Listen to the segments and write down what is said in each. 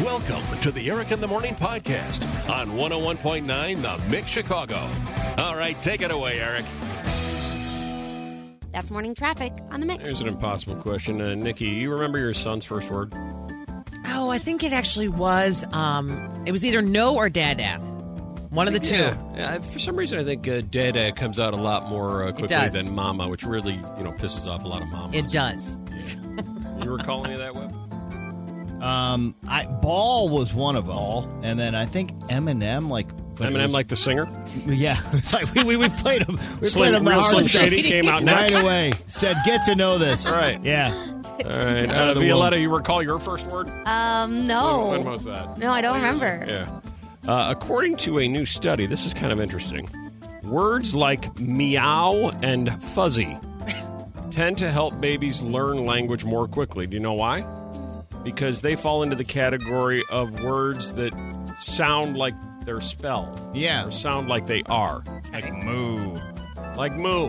Welcome to the Eric in the Morning podcast on 101.9 The Mix Chicago. All right, take it away, Eric. That's morning traffic on the mix. Here's an impossible question. Uh, Nikki, you remember your son's first word? Oh, I think it actually was. Um, it was either no or dada. One of the two. Yeah. Yeah, for some reason, I think uh, dada comes out a lot more uh, quickly does. than mama, which really, you know, pisses off a lot of mamas. It does. You recall any of that, Webb? Um, I ball was one of them, and then I think Eminem like but it Eminem, was- like the singer? yeah, it's like we, we, we played him. We Slim- played him the Real Slim hardest Shady came out right next. away. Said, "Get to know this." Right. Yeah. All right. Out Uh, of the womb. Violetta, you recall your first word? Um, When, when no. was that? No, I don't remember. Yeah. Uh, according to a new study, this is kind of interesting. Words like meow and fuzzy tend to help babies learn language more quickly. Do you know why? Because they fall into the category of words that sound like they're spelled. Yeah. Or sound like they are. Like moo. Like moo.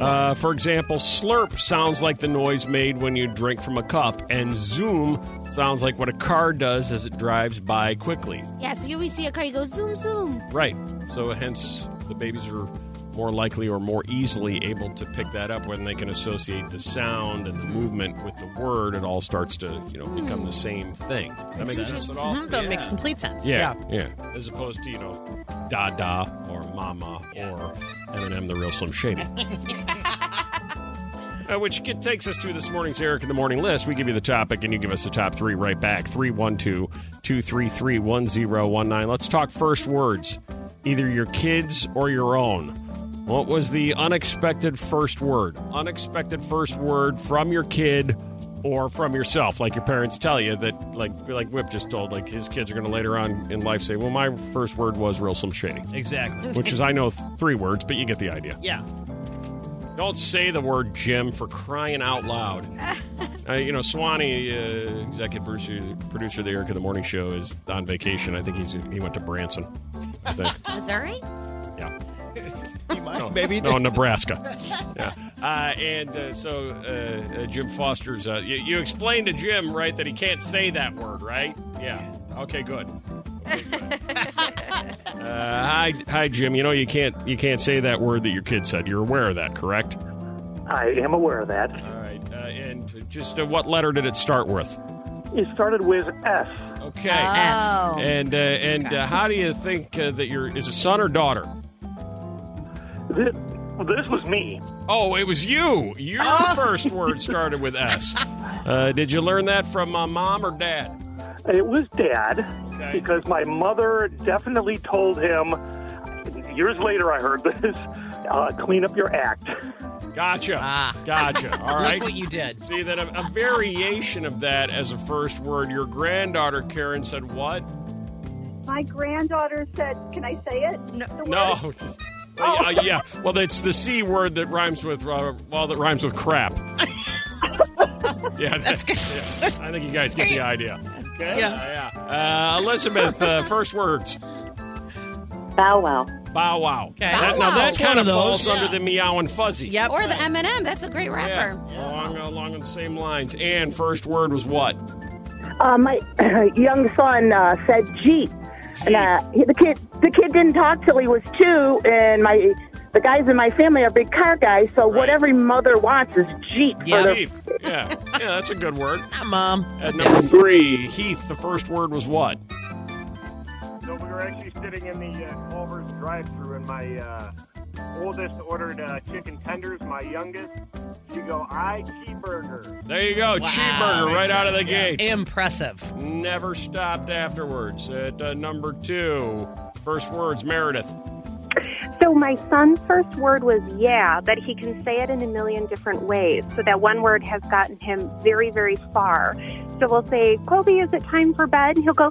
Uh, for example, slurp sounds like the noise made when you drink from a cup, and zoom sounds like what a car does as it drives by quickly. Yeah, so you always see a car, you go zoom, zoom. Right. So hence the babies are more likely or more easily able to pick that up when they can associate the sound and the movement with the word. It all starts to you know become the same thing. That makes sense at all. Mhm, That makes complete sense. Oh, Yeah, yeah, As opposed to you know, da da or mama or Eminem, the real Slim Shady. Uh, which get, takes us to this morning's Eric in the Morning list. We give you the topic and you give us the top three right back 312 233 1019. Let's talk first words, either your kids or your own. What was the unexpected first word? Unexpected first word from your kid or from yourself, like your parents tell you that, like like Whip just told, like his kids are going to later on in life say, "Well, my first word was real some shady," Exactly. which is I know th- three words, but you get the idea. Yeah. Don't say the word Jim for crying out loud. uh, you know, Swanee, uh, executive producer, producer of the Eric of the Morning Show, is on vacation. I think he's he went to Branson. I think. Missouri? yeah. Maybe Baby. No, Oh. Nebraska. Yeah. Uh, and uh, so uh, uh, Jim Foster's. Uh, you, you explained to Jim, right, that he can't say that word, right? Yeah. Okay, good. Okay, good. uh, hi, hi, Jim. You know you can't you can't say that word that your kid said. You're aware of that, correct? I am aware of that. All right. Uh, and just uh, what letter did it start with? It started with S. Okay. Oh. and uh, and uh, how do you think uh, that your is it son or daughter? This, this was me. Oh, it was you. Your Oh. first word started with S. Uh, did you learn that from uh, mom or dad? It was Dad Okay. because my mother definitely told him. Years later, I heard this. Uh, clean up your act. Gotcha. Ah. Gotcha. All Look what right. you did. See that a, a variation of that as a first word. Your granddaughter Karen said what? My granddaughter said, "Can I say it?" No. The word- No. Uh, yeah, yeah. Well, it's the c word that rhymes with uh, well that rhymes with crap. yeah, that's good. I think you guys get the idea. Okay. Yeah, yeah. Uh, Elizabeth, uh, first words. Bow wow. Bow wow. Okay. That- now Bow that wow. kind of One of falls those. under the meow and fuzzy. Yep. Or the Eminem. That's a great Yeah, rapper. along, along the same lines. And first word was what? Uh, my young son uh, said Jeep, and uh, he, the kid the kid didn't talk till he was two. And my the guys in my family are big car guys, so Right. what every mother wants is Jeep. Yeah. for their- Jeep. Yeah, yeah, that's a good word. Ah, Mom. At number three, Heath, the first word was what? So we were actually sitting in the uh, Culver's drive-through, and my uh, oldest ordered uh, chicken tenders. My youngest, she go, "I cheeseburger." There you go, cheeseburger right out of the gate. Impressive. Never stopped afterwards. At uh, number two, first words, Meredith. So my son's first word was yeah, but he can say it in a million different ways. So that one word has gotten him very, very far. So we'll say, Quilby, is it time for bed? And he'll go,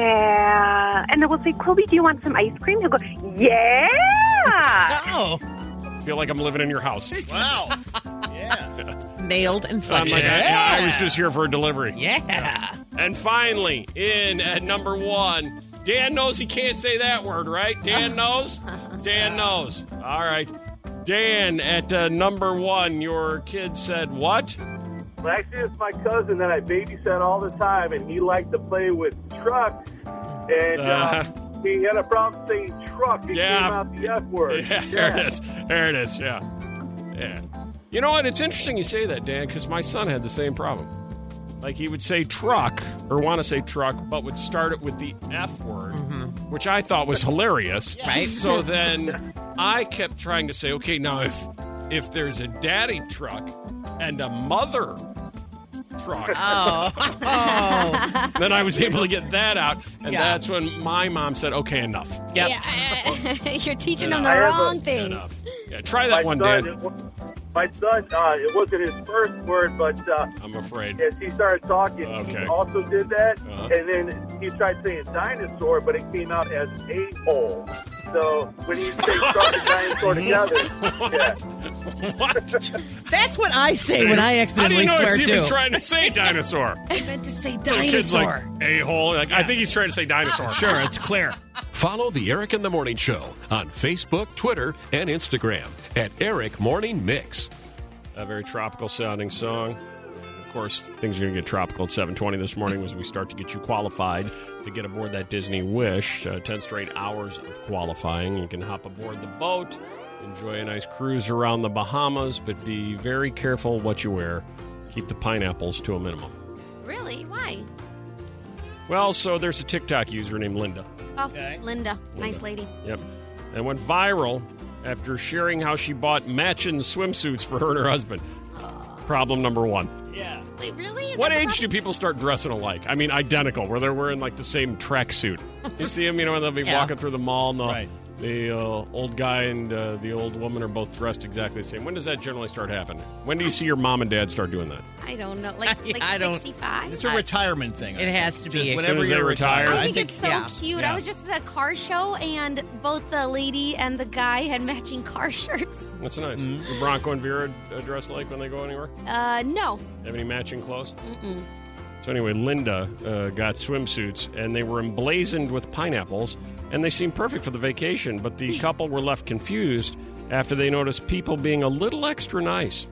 yeah. And then we'll say, Quilby, do you want some ice cream? He'll go, yeah. Oh, Feel like I'm living in your house. Wow. Yeah. nailed I'm inflection. like, I, I was just here for a delivery. Yeah. And finally, in at number one, Dan knows he can't say that word, right? Dan knows? Dan knows. All right. Dan, at uh, number one, your kid said what? Well, actually, it's my cousin that I babysat all the time, and he liked to play with trucks. And uh, Uh-huh. he had a problem saying truck. It Yeah. came out the F word. Yeah, there it is. There it is. Yeah. Yeah. You know what? It's interesting you say that, Dan, because my son had the same problem. Like he would say truck or want to say truck, but would start it with the F word, which I thought was hilarious. Right. So then I kept trying to say, okay, now if if there's a daddy truck and a mother truck, Oh. oh. then I was able to get that out, and Yeah. that's when my mom said, okay, enough. Yep. Yeah, I- I- you're teaching them I the have a- wrong things. enough. Yeah, try that my one, son, Dan. it wa- My son, uh, it wasn't his first word, but uh, I'm afraid. as he started talking, Okay. he also did that. Uh-huh. And then he tried saying dinosaur, but it came out as a hole. So when you say shark and dinosaur together, yeah. What? That's what I say when I accidentally How do you know swear it's even too. trying to say dinosaur? I meant to say The kid's like dinosaur. a hole. Like I think he's trying to say dinosaur. Sure, it's clear. Follow the Eric in the Morning Show on Facebook, Twitter, and Instagram at Eric Morning Mix. A very tropical sounding song. And Of course, things are going to get tropical at 7:20 this morning as we start to get you qualified to get aboard that Disney Wish. Uh, Ten straight hours of qualifying. You can hop aboard the boat, enjoy a nice cruise around the Bahamas, but be very careful what you wear. Keep the pineapples to a minimum. Really? Why? Well, so there's a TikTok user named Linda. Oh, Linda, nice lady. Yep. And went viral after sharing how she bought matching swimsuits for her and her husband. Problem number one. Wait, really? What That's a age do people start dressing alike? I mean, identical, where they're wearing like the same tracksuit. You see them, you know, and they'll be Yeah. walking through the mall, and the, Right. the uh, old guy and uh, the old woman are both dressed exactly the same. When does that generally start happening? When do you see your mom and dad start doing that? problem? I don't know. Like, Yeah, like I don't- 65? It's a retirement thing. I It think. has to be. Just As whenever soon as you're they retire. retired, I think, it's so yeah. cute. Yeah. I was just at a car show, and both the lady and the guy had matching car shirts. That's nice. Do Bronco and Vera uh, dress alike when they go anywhere? Uh, no. Have any matching clothes? Mm-mm. So anyway, Linda uh, got swimsuits, and they were emblazoned with pineapples, and they seemed perfect for the vacation. But the couple were left confused after they noticed people being a little extra nice.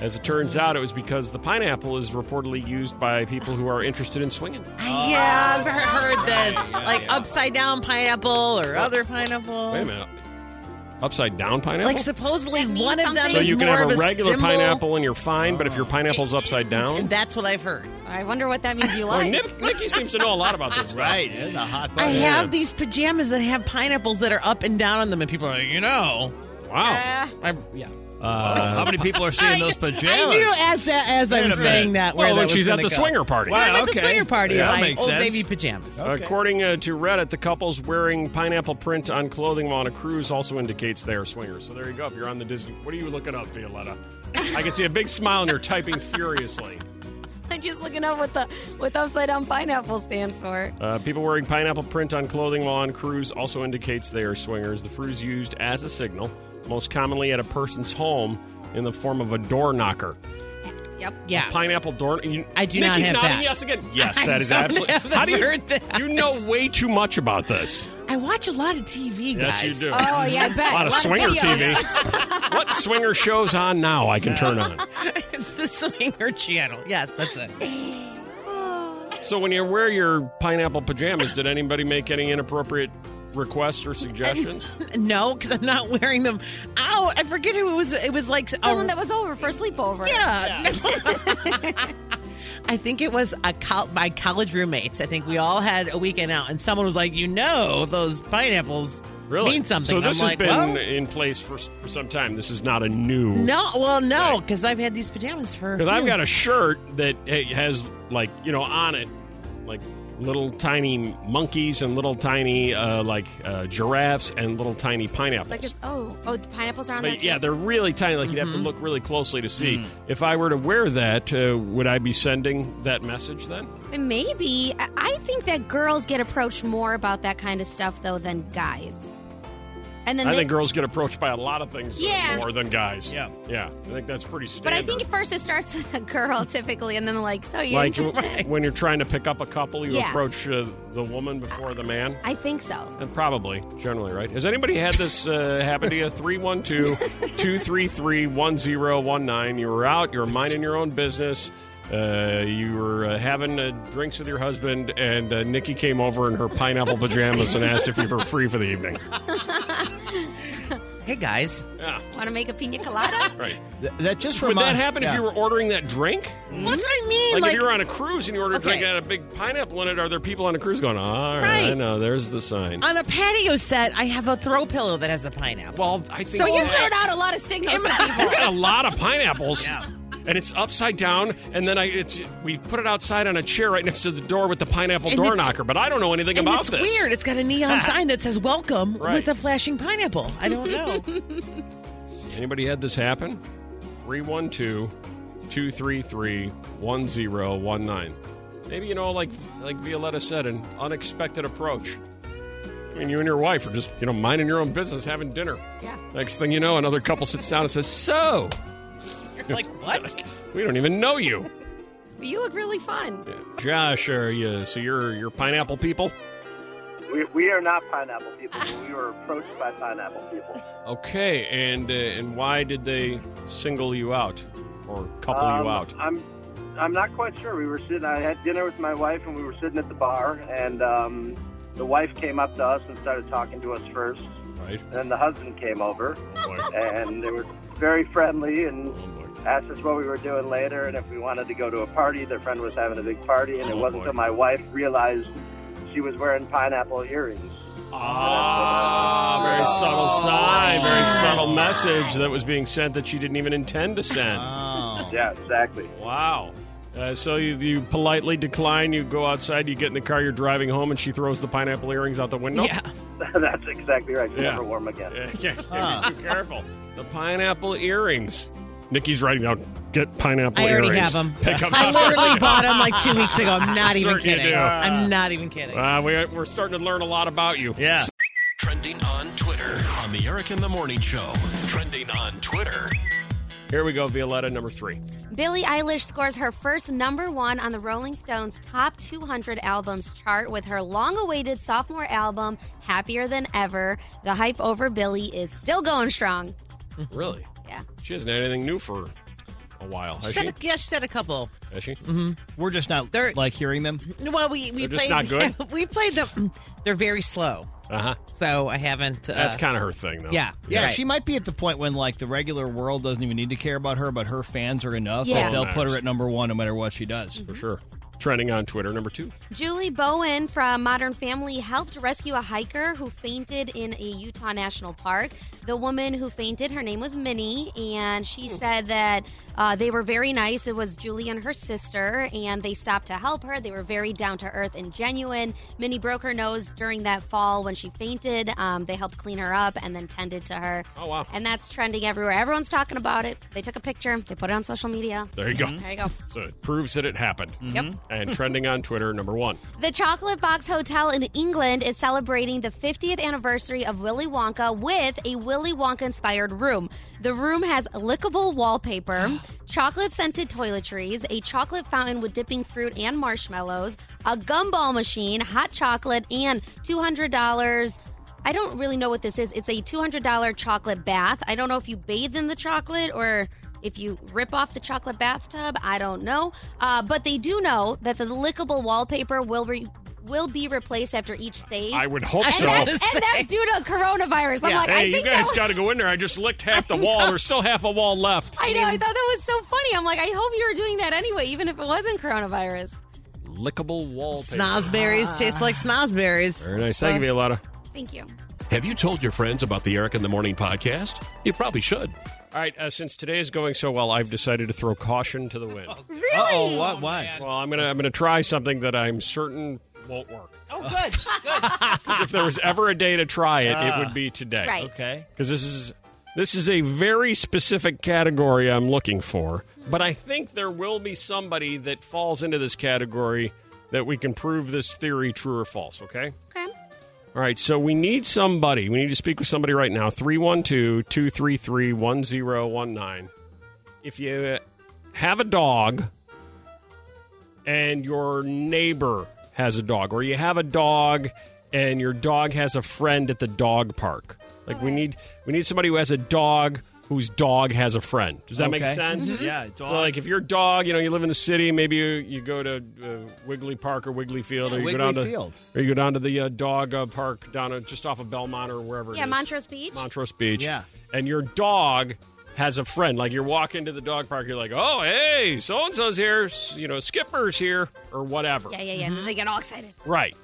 As it turns Mm. out, it was because the pineapple is reportedly used by people who are interested in swinging. yeah, "Oh." I've heard this. Like upside down pineapple or other pineapple. Wait a minute, upside down pineapple. Oh. Like supposedly That means one of them something. so is you can more have a of a regular symbol. Oh. pineapple and you're fine, but if your pineapple's upside down, That's what I've heard. I wonder what that means you Boy, like. Nick, Nikki seems to know a lot about this. stuff. Right, it's a hot I button. have these pajamas that have pineapples that are up and down on them, and people are like, you know, Wow. Uh, I, yeah. Uh, how many people are seeing those I knew pajamas? as that as I Wait a was minute. saying that. Where well, that when was she's at gonna the go. swinger party. Well, I'm at Okay. the swinger party. Yeah, my makes old sense. baby pajamas. Okay. According uh, to Reddit, the couples wearing pineapple print on clothing while on a cruise also indicates they are swingers. So there you go. If you're on the Disney, what are you looking up, Violetta? I can see a big smile and you're typing furiously. I'm just looking up what the what the upside down pineapple stands for. Uh, people wearing pineapple print on clothing while on cruise also indicates they are swingers. The fruit is used as a signal, most commonly at a person's home, in the form of a door knocker. Yep. Yeah. Pineapple door. You, I do Nikki's not nodding have that. Yes, again. Yes, I that is don't absolutely. have How do you? heard that. You know way too much about this. I watch a lot of TV, Yes, guys. you do. Oh yeah, I bet. A lot of swinger videos. TV. what swinger shows on now I can turn on? it's the swinger channel. Yes, that's it. So when you wear your pineapple pajamas, did anybody make any inappropriate requests or suggestions? No, because I'm not wearing them. Ow! I forget who it was. It was like a- Oh. Someone that was over for a sleepover. Yeah. I think it was a col- my college roommates. I think we all had a weekend out, and someone was like, "You know, those pineapples Really? mean something." So this I'm has like, been "Well, in place for for some time. This is not a new. no, well, no, because I've had these pajamas for. Because I've got a shirt that eh, has like you know on it like little tiny monkeys and little tiny uh, like uh, giraffes and little tiny pineapples. Like it's, oh oh the pineapples are on there. But Too. yeah, they're really tiny. Like you'd Mm-hmm. have to look really closely to see. Mm. If I were to wear that, uh, would I be sending that message then? Maybe. I- I think that girls get approached more about that kind of stuff, though, than guys. And then I they, think girls get approached by a lot of things Yeah. more than guys. Yeah. yeah. I think that's pretty standard. but I think first it starts with a girl typically, and then like, so you like interested? w- when you're trying to pick up a couple, you Yeah. approach uh, the woman before the man. I think so. And probably, generally, right? Has anybody had this uh, happen to you? 312 233 1019. You were out, you were minding your own business, uh, you were uh, having uh, drinks with your husband, and uh, Nikki came over in her pineapple pajamas and asked if you were free for the evening. Hey guys, Yeah, Want to make a pina colada? right. Th- that just Would remind- that happen yeah. if you were ordering that drink? that's Mm-hmm. what I mean. Like, if you're on a cruise and you order a drink Okay. and had a big pineapple in it, are there people on a cruise going, all right, I Right. know, there's the sign. on a patio set, I have a throw pillow that has a pineapple. well, I think So you've heard out a lot of signals to We people. got a lot of pineapples. Yeah. And it's upside down, and then I it's we put it outside on a chair right next to the door with the pineapple And door it's- knocker. But I don't know anything and about it's this. weird. It's got a neon sign that says "Welcome" Right. with a flashing pineapple. I don't know. Anybody had this happen? 312-233-1019. Maybe you know, like like Violetta said, an unexpected approach. I mean, you and your wife are just you know minding your own business, having dinner. Yeah. Next thing you know, another couple sits down and says, "So, like what? we don't even know you." You look really fun. Josh, are you? So you're you're pineapple people? We, we are not pineapple people. but we were approached by pineapple people. Okay, and uh, and why did they single you out or couple Um, you out? I'm I'm not quite sure. We were sitting. I had dinner with my wife, and we were sitting at the bar, and um, the wife came up to us and started talking to us first. Right. And then the husband came over, Oh boy. and they were very friendly and Oh boy. asked us what we were doing later and if we wanted to go to a party. Their friend was having a big party, and it Oh, wasn't boy. until my wife realized she was wearing pineapple earrings. Ah, very subtle sign, very subtle message that was being sent that she didn't even intend to send. Oh. Yeah, exactly. Wow. Uh, so you, you politely decline, you go outside, you get in the car, you're driving home, and she throws the pineapple earrings out the window? Yeah. That's exactly right. She Yeah. never wore them again. Yeah, yeah, yeah, Huh. be careful. The pineapple earrings. Nikki's writing out, get pineapple I earrings. already have 'em. Pick up I literally bought them like two weeks ago. I'm not even Certain you kidding. do. I'm not even kidding. Uh, we, we're starting to learn a lot about you. Yeah. Trending on Twitter on the Eric in the Morning Show. Trending on Twitter. Here we go, Violetta, number three. Billie Eilish scores her first number one on the Rolling Stones Top 200 Albums chart with her long awaited sophomore album, Happier Than Ever. The hype over Billie is still going strong. Really? Yeah. She hasn't had anything new for a while, has She she? said a, yeah, she said a couple. Has she? Mm-hmm. We're just not They're- like hearing them. Well, we we They're just played. not good? we played them. They're very slow, Uh huh. so I haven't. Uh, That's kind of her thing, though. yeah. Yeah, right. she might be at the point when like the regular world doesn't even need to care about her, but her fans are enough Yeah. that they'll put Nice. her at number one no matter what she does. For sure. Trending on Twitter, number two. Julie Bowen from Modern Family helped rescue a hiker who fainted in a Utah national park. The woman who fainted, her name was Minnie, and she Hmm. said that uh, they were very nice. It was Julie and her sister, and they stopped to help her. They were very down to earth and genuine. Minnie broke her nose during that fall when she fainted. Um, they helped clean her up and then tended to her. Oh, wow. And that's trending everywhere. Everyone's talking about it. They took a picture, they put it on social media. There you go. There you go. So it proves that it happened. Mm-hmm. Yep. And trending on Twitter, number one. The Chocolate Box Hotel in England is celebrating the 50th anniversary of Willy Wonka with a Willy Wonka inspired room. The room has lickable wallpaper, chocolate scented toiletries, a chocolate fountain with dipping fruit and marshmallows, a gumball machine, hot chocolate, and $200. I don't really know what this is. It's a $200 chocolate bath. I don't know if you bathe in the chocolate or if you rip off the chocolate bathtub, I don't know. Uh, but they do know that the lickable wallpaper will re- will be replaced after each stage. I would hope I so. and, that's, was gonna and that's due to coronavirus. I'm Yeah. like, I Hey, think you that guys was, got to go in there. I just licked half the wall. There's still half a wall left. I know. I thought that was so funny. I'm like, I hope you were doing that anyway, even if it wasn't coronavirus. Lickable wallpaper. Snozberries taste like snozberries. Very nice. Thank you, Violetta. Thank you. Have you told your friends about the Eric in the Morning podcast? You probably should. All right. Uh, since today is going so well, I've decided to throw caution to the wind. Uh oh, what? Why? Well, I'm gonna I'm gonna try something that I'm certain won't work. Oh, good. Ah. Because if there was ever a day to try it, it would be today. Right. Okay. Because this is this is a very specific category I'm looking for. But I think there will be somebody that falls into this category that we can prove this theory true or false. Okay. Okay. All All right, so we need somebody. We need to speak with somebody right now. 312 233 1019. If you have a dog and your neighbor has a dog, or you have a dog and your dog has a friend at the dog park, like we need we need somebody who has a dog whose dog has a friend. Does that make Okay. Mm-hmm. sense? Yeah, So, dog. like if your dog, you know, you live in the city, maybe you, you go to uh, Wiggly Park or Wiggly Field, or you Wiggly go down to Field. or you go down to the uh, dog uh, park down uh, just off of Belmont or wherever. it Yeah, is. Montrose Beach. Montrose Beach. Yeah. and your dog has a friend. Like you're walking to the dog park, you're like, oh hey, so and so's here, s- you know, Skipper's here or whatever. yeah, yeah, yeah. Mm-hmm. And then they get all excited. Right.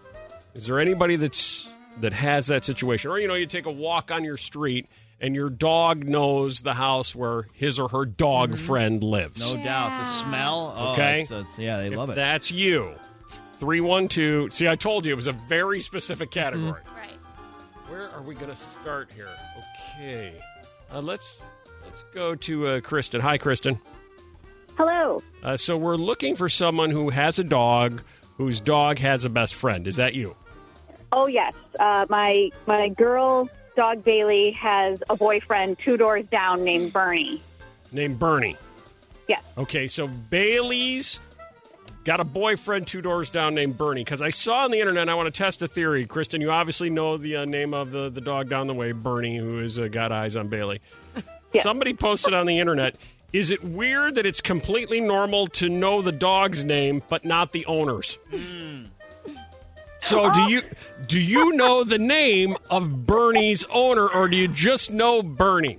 Is there anybody that's that has that situation? Or you know, you take a walk on your street and your dog knows the house where his or her dog friend lives. Mm-hmm. No doubt. The smell. Oh, Okay. It's, it's, yeah, they If love it. That's you. 312. See, I told you it was a very specific category. Right. Where are we going to start here? Okay. Uh, let's let's go to uh, Kristen. Hi, Kristen. Hello. Uh, so we're looking for someone who has a dog whose dog has a best friend. Is that you? Oh yes, uh, my my girl dog Bailey has a boyfriend two doors down named Bernie. Named Bernie. Yes. Okay, so Bailey's got a boyfriend two doors down named Bernie. Because I saw on the internet, I want to test a theory. Kristen, you obviously know the uh, name of the, the dog down the way, Bernie, who has uh, got eyes on Bailey. Somebody posted on the internet. Is it weird that it's completely normal to know the dog's name but not the owner's? So do you do you know the name of Bernie's owner or do you just know Bernie?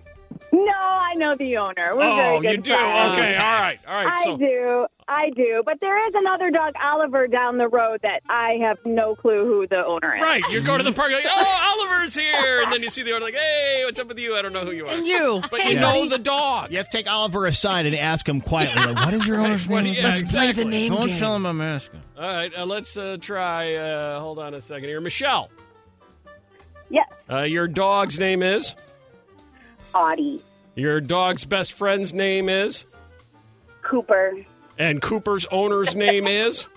No, I know the owner. We're very Oh, good you do. friends. Okay, all right. All right. I so do, I do. But there is another dog, Oliver, down the road that I have no clue who the owner is. Right. You go to the park, you're like, oh, Oliver's here. And then you see the owner, like, hey, what's up with you? I don't know who you are. And you. But you Yeah. know the dog. You have to take Oliver aside and ask him quietly, like, what is your owner's What- name? yeah, Let's- exactly. Don't tell him I'm asking. All right. Uh, let's uh, try, uh, hold on a second here. Michelle, Yes, uh, your dog's name is? Audie, Your dog's best friend's name is? Cooper, And Cooper's owner's name is?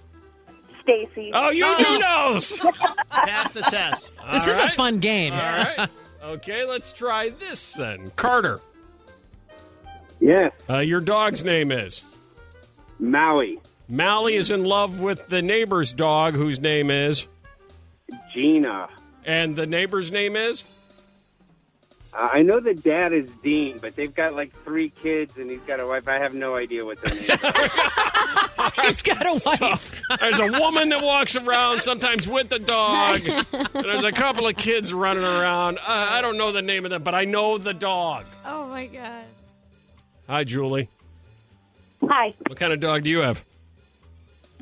Stacy. Oh, you do knows. All Pass the test. This is a right. fun game. right. Okay, let's try this then. Carter, Yes, uh, your dog's name is? Maui, Mally is in love with the neighbor's dog, whose name is? Gina. And the neighbor's name is? Uh, I know the dad is Dean, but they've got like three kids and he's got a wife. I have no idea what their name is. He's got a wife. There's a woman that walks around sometimes with the dog. There's a couple of kids running around. Uh, I, I don't know the name of them, but I know the dog. Oh my god. Hi, Julie. Hi, What kind of dog do you have?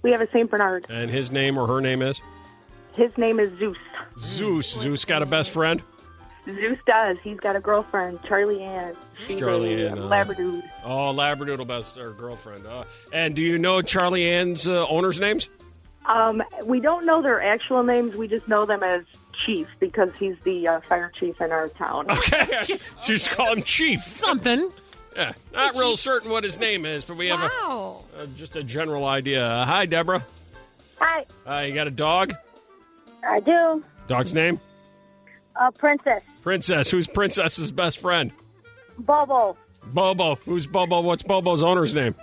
We have a St. Bernard. And his name or her name is His name is Zeus. Zeus. Zeus got a best friend. Zeus does. He's got a girlfriend, Charlie Ann. She's Charlie a Ann, uh, Labradoodle. Oh, Labradoodle best or girlfriend. Uh, and do you know Charlie Ann's uh, owner's names? Um, we don't know their actual names. We just know them as Chief because he's the uh, fire chief in our town. Okay, she's called him Chief. Something. Yeah, not real certain what his name is, but we have a, Wow. uh, just a general idea. Uh, hi, Deborah. hi, Uh, you got a dog? I do. Dog's name? Uh, Princess Princess. Who's Princess's best friend? Bobo Bobo. Who's Bobo? What's Bobo's owner's name?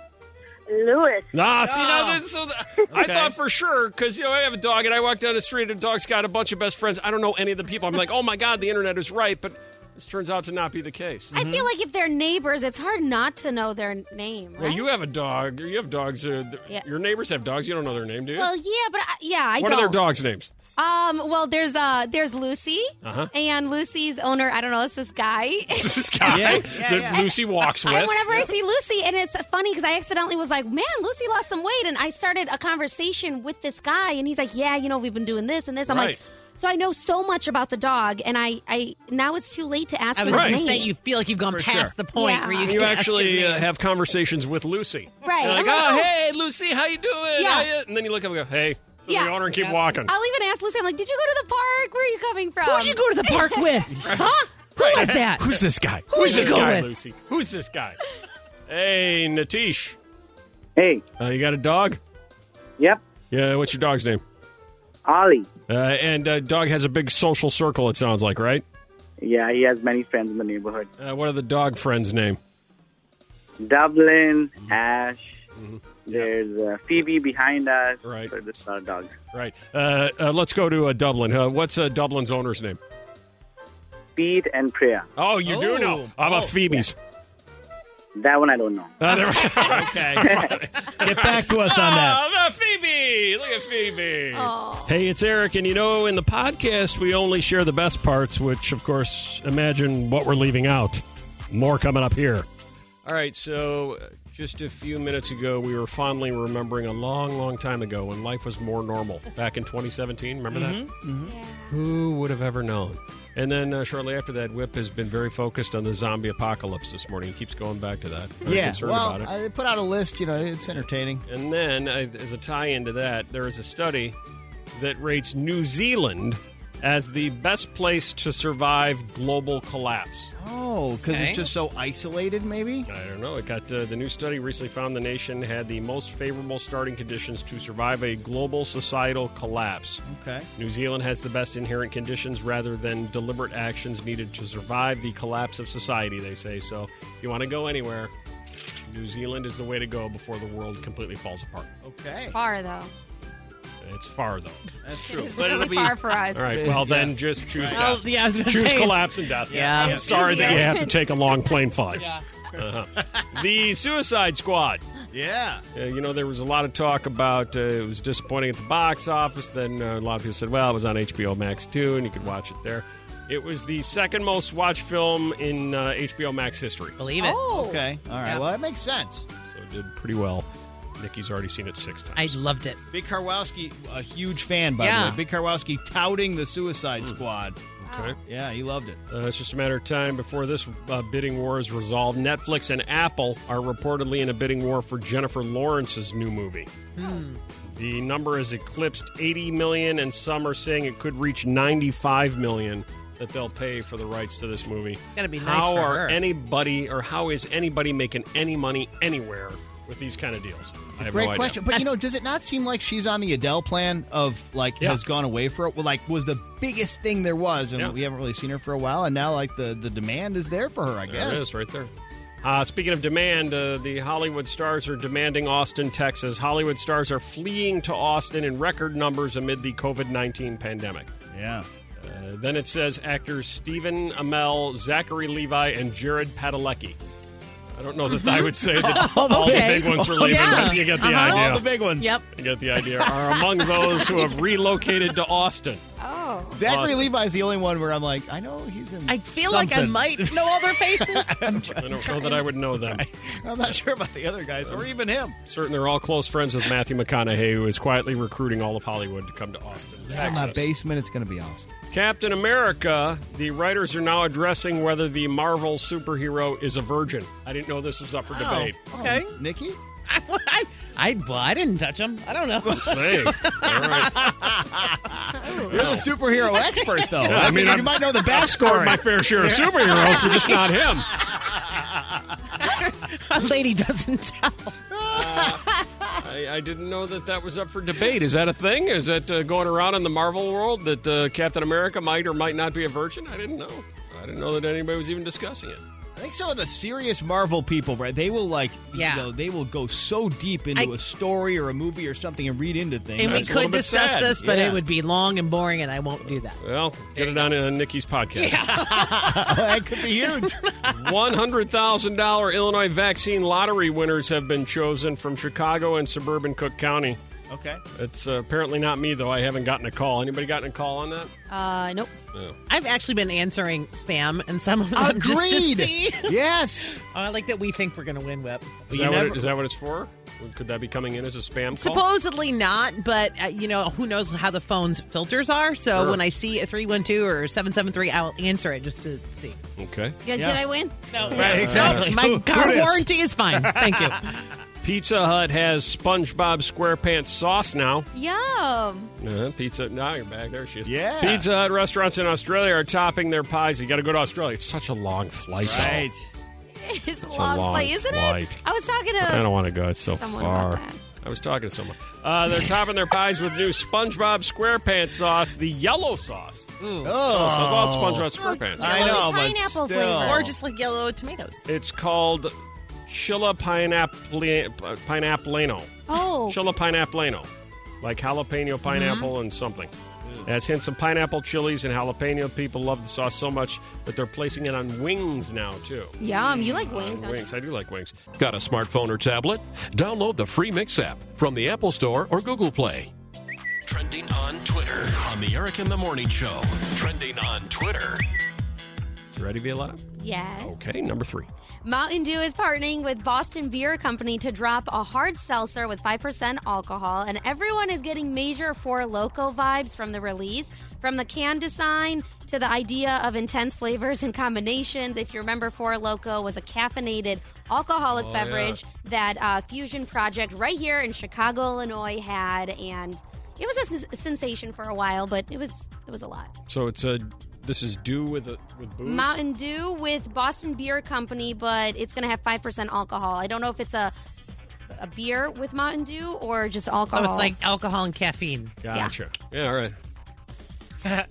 Lewis. Nah, see, now that's so I thought for sure, because, you know, I have a dog and I walk down the street and a dog's got a bunch of best friends. I don't know any of the people. I'm like, oh my God, the internet is right, but this turns out to not be the case. I feel like if they're neighbors, it's hard not to know their name. Mm-hmm. Well, right? you have a dog. You have dogs. Uh, th- Yeah. Your neighbors have dogs. You don't know their name, do you? Well, yeah, but I, yeah, I what don't. are their dogs' names? Um, well, there's uh, there's Lucy, Uh-huh. and Lucy's owner, I don't know, it's this guy. this guy Yeah. that Lucy walks with. And whenever I see Lucy, and it's funny because I accidentally was like, "Man, Lucy lost some weight," and I started a conversation with this guy, and he's like, "Yeah, you know, we've been doing this and this." I'm Right. like, "So I know so much about the dog, and I, I now it's too late to ask." I was his Right. going to say, name. you feel like you've gone For past sure. the point Yeah. where you, You can you ask his actually uh, name. have conversations with Lucy. Right. You're like, I'm like, oh, oh." hey, Lucy, how you doing? Yeah. How you-" And then you look up and go, hey, to Yeah. Oh, the owner and keep walking. I'll even ask Lucy. I'm like, "Did you go to the park? Where are you coming from?" Who'd you go to the park with? huh? Who was that? Who's this guy? Who Who's did this you go guy, with? Lucy? Who's this guy? hey, Natish, Hey, uh, you got a dog? yep, Yeah, what's your dog's name? Ollie. Uh, and uh, dog has a big social circle. It sounds like, right? Yeah, he has many friends in the neighborhood. Uh, what are the dog friends' name? Dublin, Mm-hmm. Ash. There's uh, Phoebe behind us. Right. So there's a lot of dogs. Right. Uh, uh, let's go to uh, Dublin. Uh, what's uh, Dublin's owner's name? Pete and Priya. Oh, you do know. How about Phoebe's? That one I don't know. Uh, there- Okay. Get back to us on that. Oh, the Phoebe! Look at Phoebe. Oh. Hey, it's Eric, and you know, in the podcast, we only share the best parts, which, of course, imagine what we're leaving out. More coming up here. All right, so uh, just a few minutes ago, we were fondly remembering a long, long time ago when life was more normal. Back in 2017, remember that? Who would have ever known? And then uh, shortly after that, Whip has been very focused on the zombie apocalypse this morning. He keeps going back to that. Very Yeah. concerned Well, about it. I- they put out a list. You know, it's entertaining. And then, uh, as a tie into that, there is a study that rates New Zealand as the best place to survive global collapse. Oh, because Okay. it's just so isolated, maybe. I don't know. It got uh, the new study recently found the nation had the most favorable starting conditions to survive a global societal collapse. Okay. New Zealand has the best inherent conditions rather than deliberate actions needed to survive the collapse of society, they say. So, if you want to go anywhere, New Zealand is the way to go before the world completely falls apart. Okay. Far though. It's far though. That's true. It's really far for us. All right. Yeah. Well, then just choose Well, death. yeah, I was gonna choose say, it's- collapse and death. Yeah. I'm sorry that you easier. have to take a long plane flight. Uh-huh. Yeah. The Suicide Squad. Yeah. Uh, you know, there was a lot of talk about uh, it was disappointing at the box office. Then uh, a lot of people said, well, it was on HBO Max too, and you could watch it there. It was the second most watched film in uh, HBO Max history. So Believe it. Oh. Okay. All right. Yeah. Well, that makes sense. it did pretty well. Nikki's already seen it six times. I loved it. Big Karwowski, a huge fan, by Yeah. the way. Big Karwowski touting the Suicide Squad. Hmm. Okay. Yeah, he loved it. Uh, it's just a matter of time before this uh, bidding war is resolved. Netflix and Apple are reportedly in a bidding war for Jennifer Lawrence's new movie. Hmm. The number has eclipsed 80 million, and some are saying it could reach 95 million that they'll pay for the rights to this movie. It's gotta be nice How for are her. anybody, or how is anybody making any money anywhere with these kind of deals? I have Great no idea. question. But you know, does it not seem like she's on the Adele plan of like Yeah. has gone away for it? Well, like was the biggest thing there was, and Yeah. we haven't really seen her for a while, and now like the the demand is there for her. I There guess. it is, right there. Uh, speaking of demand, uh, the Hollywood stars are demanding Austin, Texas. Hollywood stars are fleeing to Austin in record numbers amid the COVID 19 pandemic. Yeah. Uh, then it says actors Stephen Amell, Zachary Levi, and Jared Padalecki. I don't know that I would say that all the Okay. big ones are leaving, Yeah. but you get the Uh-huh. idea. All the big ones. Yep. you get the idea. Are among those who have relocated to Austin. Oh. Zachary Austin. Levi's the only one where I'm like, I know he's in. I feel like I something. might know all their faces. I don't know that I would know them. I'm not sure about the other guys or even him. certain they're all close friends with Matthew McConaughey, who is quietly recruiting all of Hollywood to come to Austin. In my Texas. basement, it's going to be awesome. Captain America, the writers are now addressing whether the Marvel superhero is a virgin. I didn't know this was up for debate. Oh, okay. Oh, Nikki? I, I, I, well, I didn't touch him. I don't know. Hey, all right. You're the superhero expert, though. I, mean, I'm- you might know the I've scored backstory. my fair share of superheroes, but just not him. A lady doesn't tell. I, I didn't know that that was up for debate. Is that a thing? Is that uh, going around in the Marvel world that uh, Captain America might or might not be a virgin? I didn't know. I didn't know that anybody was even discussing it. I think some of the serious Marvel people, right? They will like, Yeah. you know, they will go so deep into I- a story or a movie or something and read into things. And we That's a little could bit discuss sad. this, but Yeah. it would be long and boring, and I won't do that. Well, get it on uh, Nikki's podcast. that could be huge. $100,000 Illinois vaccine lottery winners have been chosen from Chicago and suburban Cook County. okay. It's uh, apparently not me, though. I haven't gotten a call. Anybody gotten a call on that? Uh, nope. I've actually been answering spam, and some of them just to Agreed. see. yes. Oh, I like that we think we're going to win whip. Is, You that what never- it, is that what it's for? Could that be coming in as a spam call? Supposedly not, but uh, you know who knows how the phone's filters are. So Sure. when I see a three one two or seven seven three, I'll answer it just to see. Okay. Did, did I win? No, exactly. my Who- car who dis? warranty is fine. Thank you. Pizza Hut has SpongeBob SquarePants sauce now. Yum. Uh, pizza. Now you're back. There she is. Yeah. Pizza Hut restaurants in Australia are topping their pies. You got to go to Australia. It's such a long flight. though. Right. It's a long long flight, isn't flight. it? I was talking to I don't want to go. It's so someone far. about that. I was talking to someone. Uh, they're topping their pies with new SpongeBob SquarePants sauce, the yellow sauce. Oh, so called SpongeBob SquarePants. Oh, I know, but still. Or just like yellow tomatoes. It's called Chilla Pineapple Pineapplano. Oh. Chilla Pineapplano. Like jalapeno pineapple and something. It has hints of pineapple, chilies, and jalapeno. People love the sauce so much that they're placing it on wings now, too. Yum. You like wings, On don't you? wings. I do like wings. Got a smartphone or tablet? Download the free Mix app from the Apple Store or Google Play. Trending on Twitter on the Eric in the Morning Show. Trending on Twitter. Ready, Violetta? Yes. Okay, number three. Mountain Dew is partnering with Boston Beer Company to drop a hard seltzer with 5% alcohol, and everyone is getting major Four Loco vibes from the release. From the can design to the idea of intense flavors and combinations. If you remember, Four Loco was a caffeinated alcoholic Oh, yeah. beverage that uh, Fusion Project right here in Chicago, Illinois had, and it was a s- sensation for a while, but it was it was a lot. So it's a. This is do with a, with booze. Mountain Dew with Boston Beer Company, but it's going to have five percent alcohol. I don't know if it's a a beer with Mountain Dew or just alcohol. Oh, it's like alcohol and caffeine. Gotcha. Yeah, all right. Uh,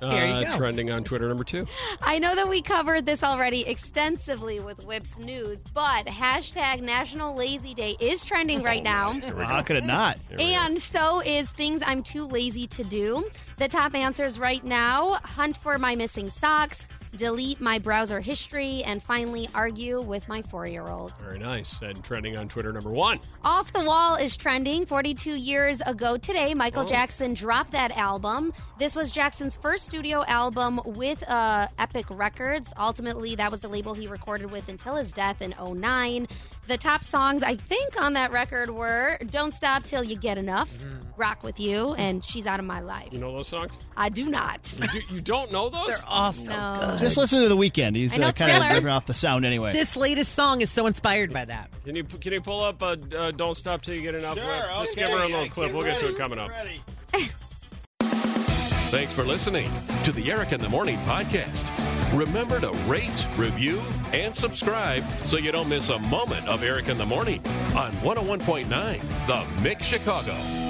There you go. Trending on Twitter number two. I know that we covered this already extensively with Whips News, but hashtag National Lazy Day is trending right now. Well, how could it not? And so is things I'm too lazy to do. The top answers right now hunt for my missing socks, delete my browser history, and finally argue with my four year old. Very nice. And trending on Twitter number one. Off the Wall is trending. 42 years ago today, Michael Oh. Jackson dropped that album. This was Jackson's first studio album with uh, Epic Records. Ultimately, that was the label he recorded with until his death in 09. The top songs, I think, on that record were Don't Stop Till You Get Enough, Rock With You, and She's Out of My Life. You know those songs? I do not. You, do, you don't know those? They're awesome. No. Just listen to the weekend. He's I know uh, kind of Thriller. living off the sound anyway. This latest song is so inspired by that. Can you can you pull up a uh, "Don't Stop Till You Get Enough"? Let's Just give her a little clip. We'll get to it coming up. Thanks for listening to the Eric in the Morning podcast. Remember to rate, review, and subscribe so oh you don't miss a moment of Eric in the Morning on 101.9 The Mix Chicago.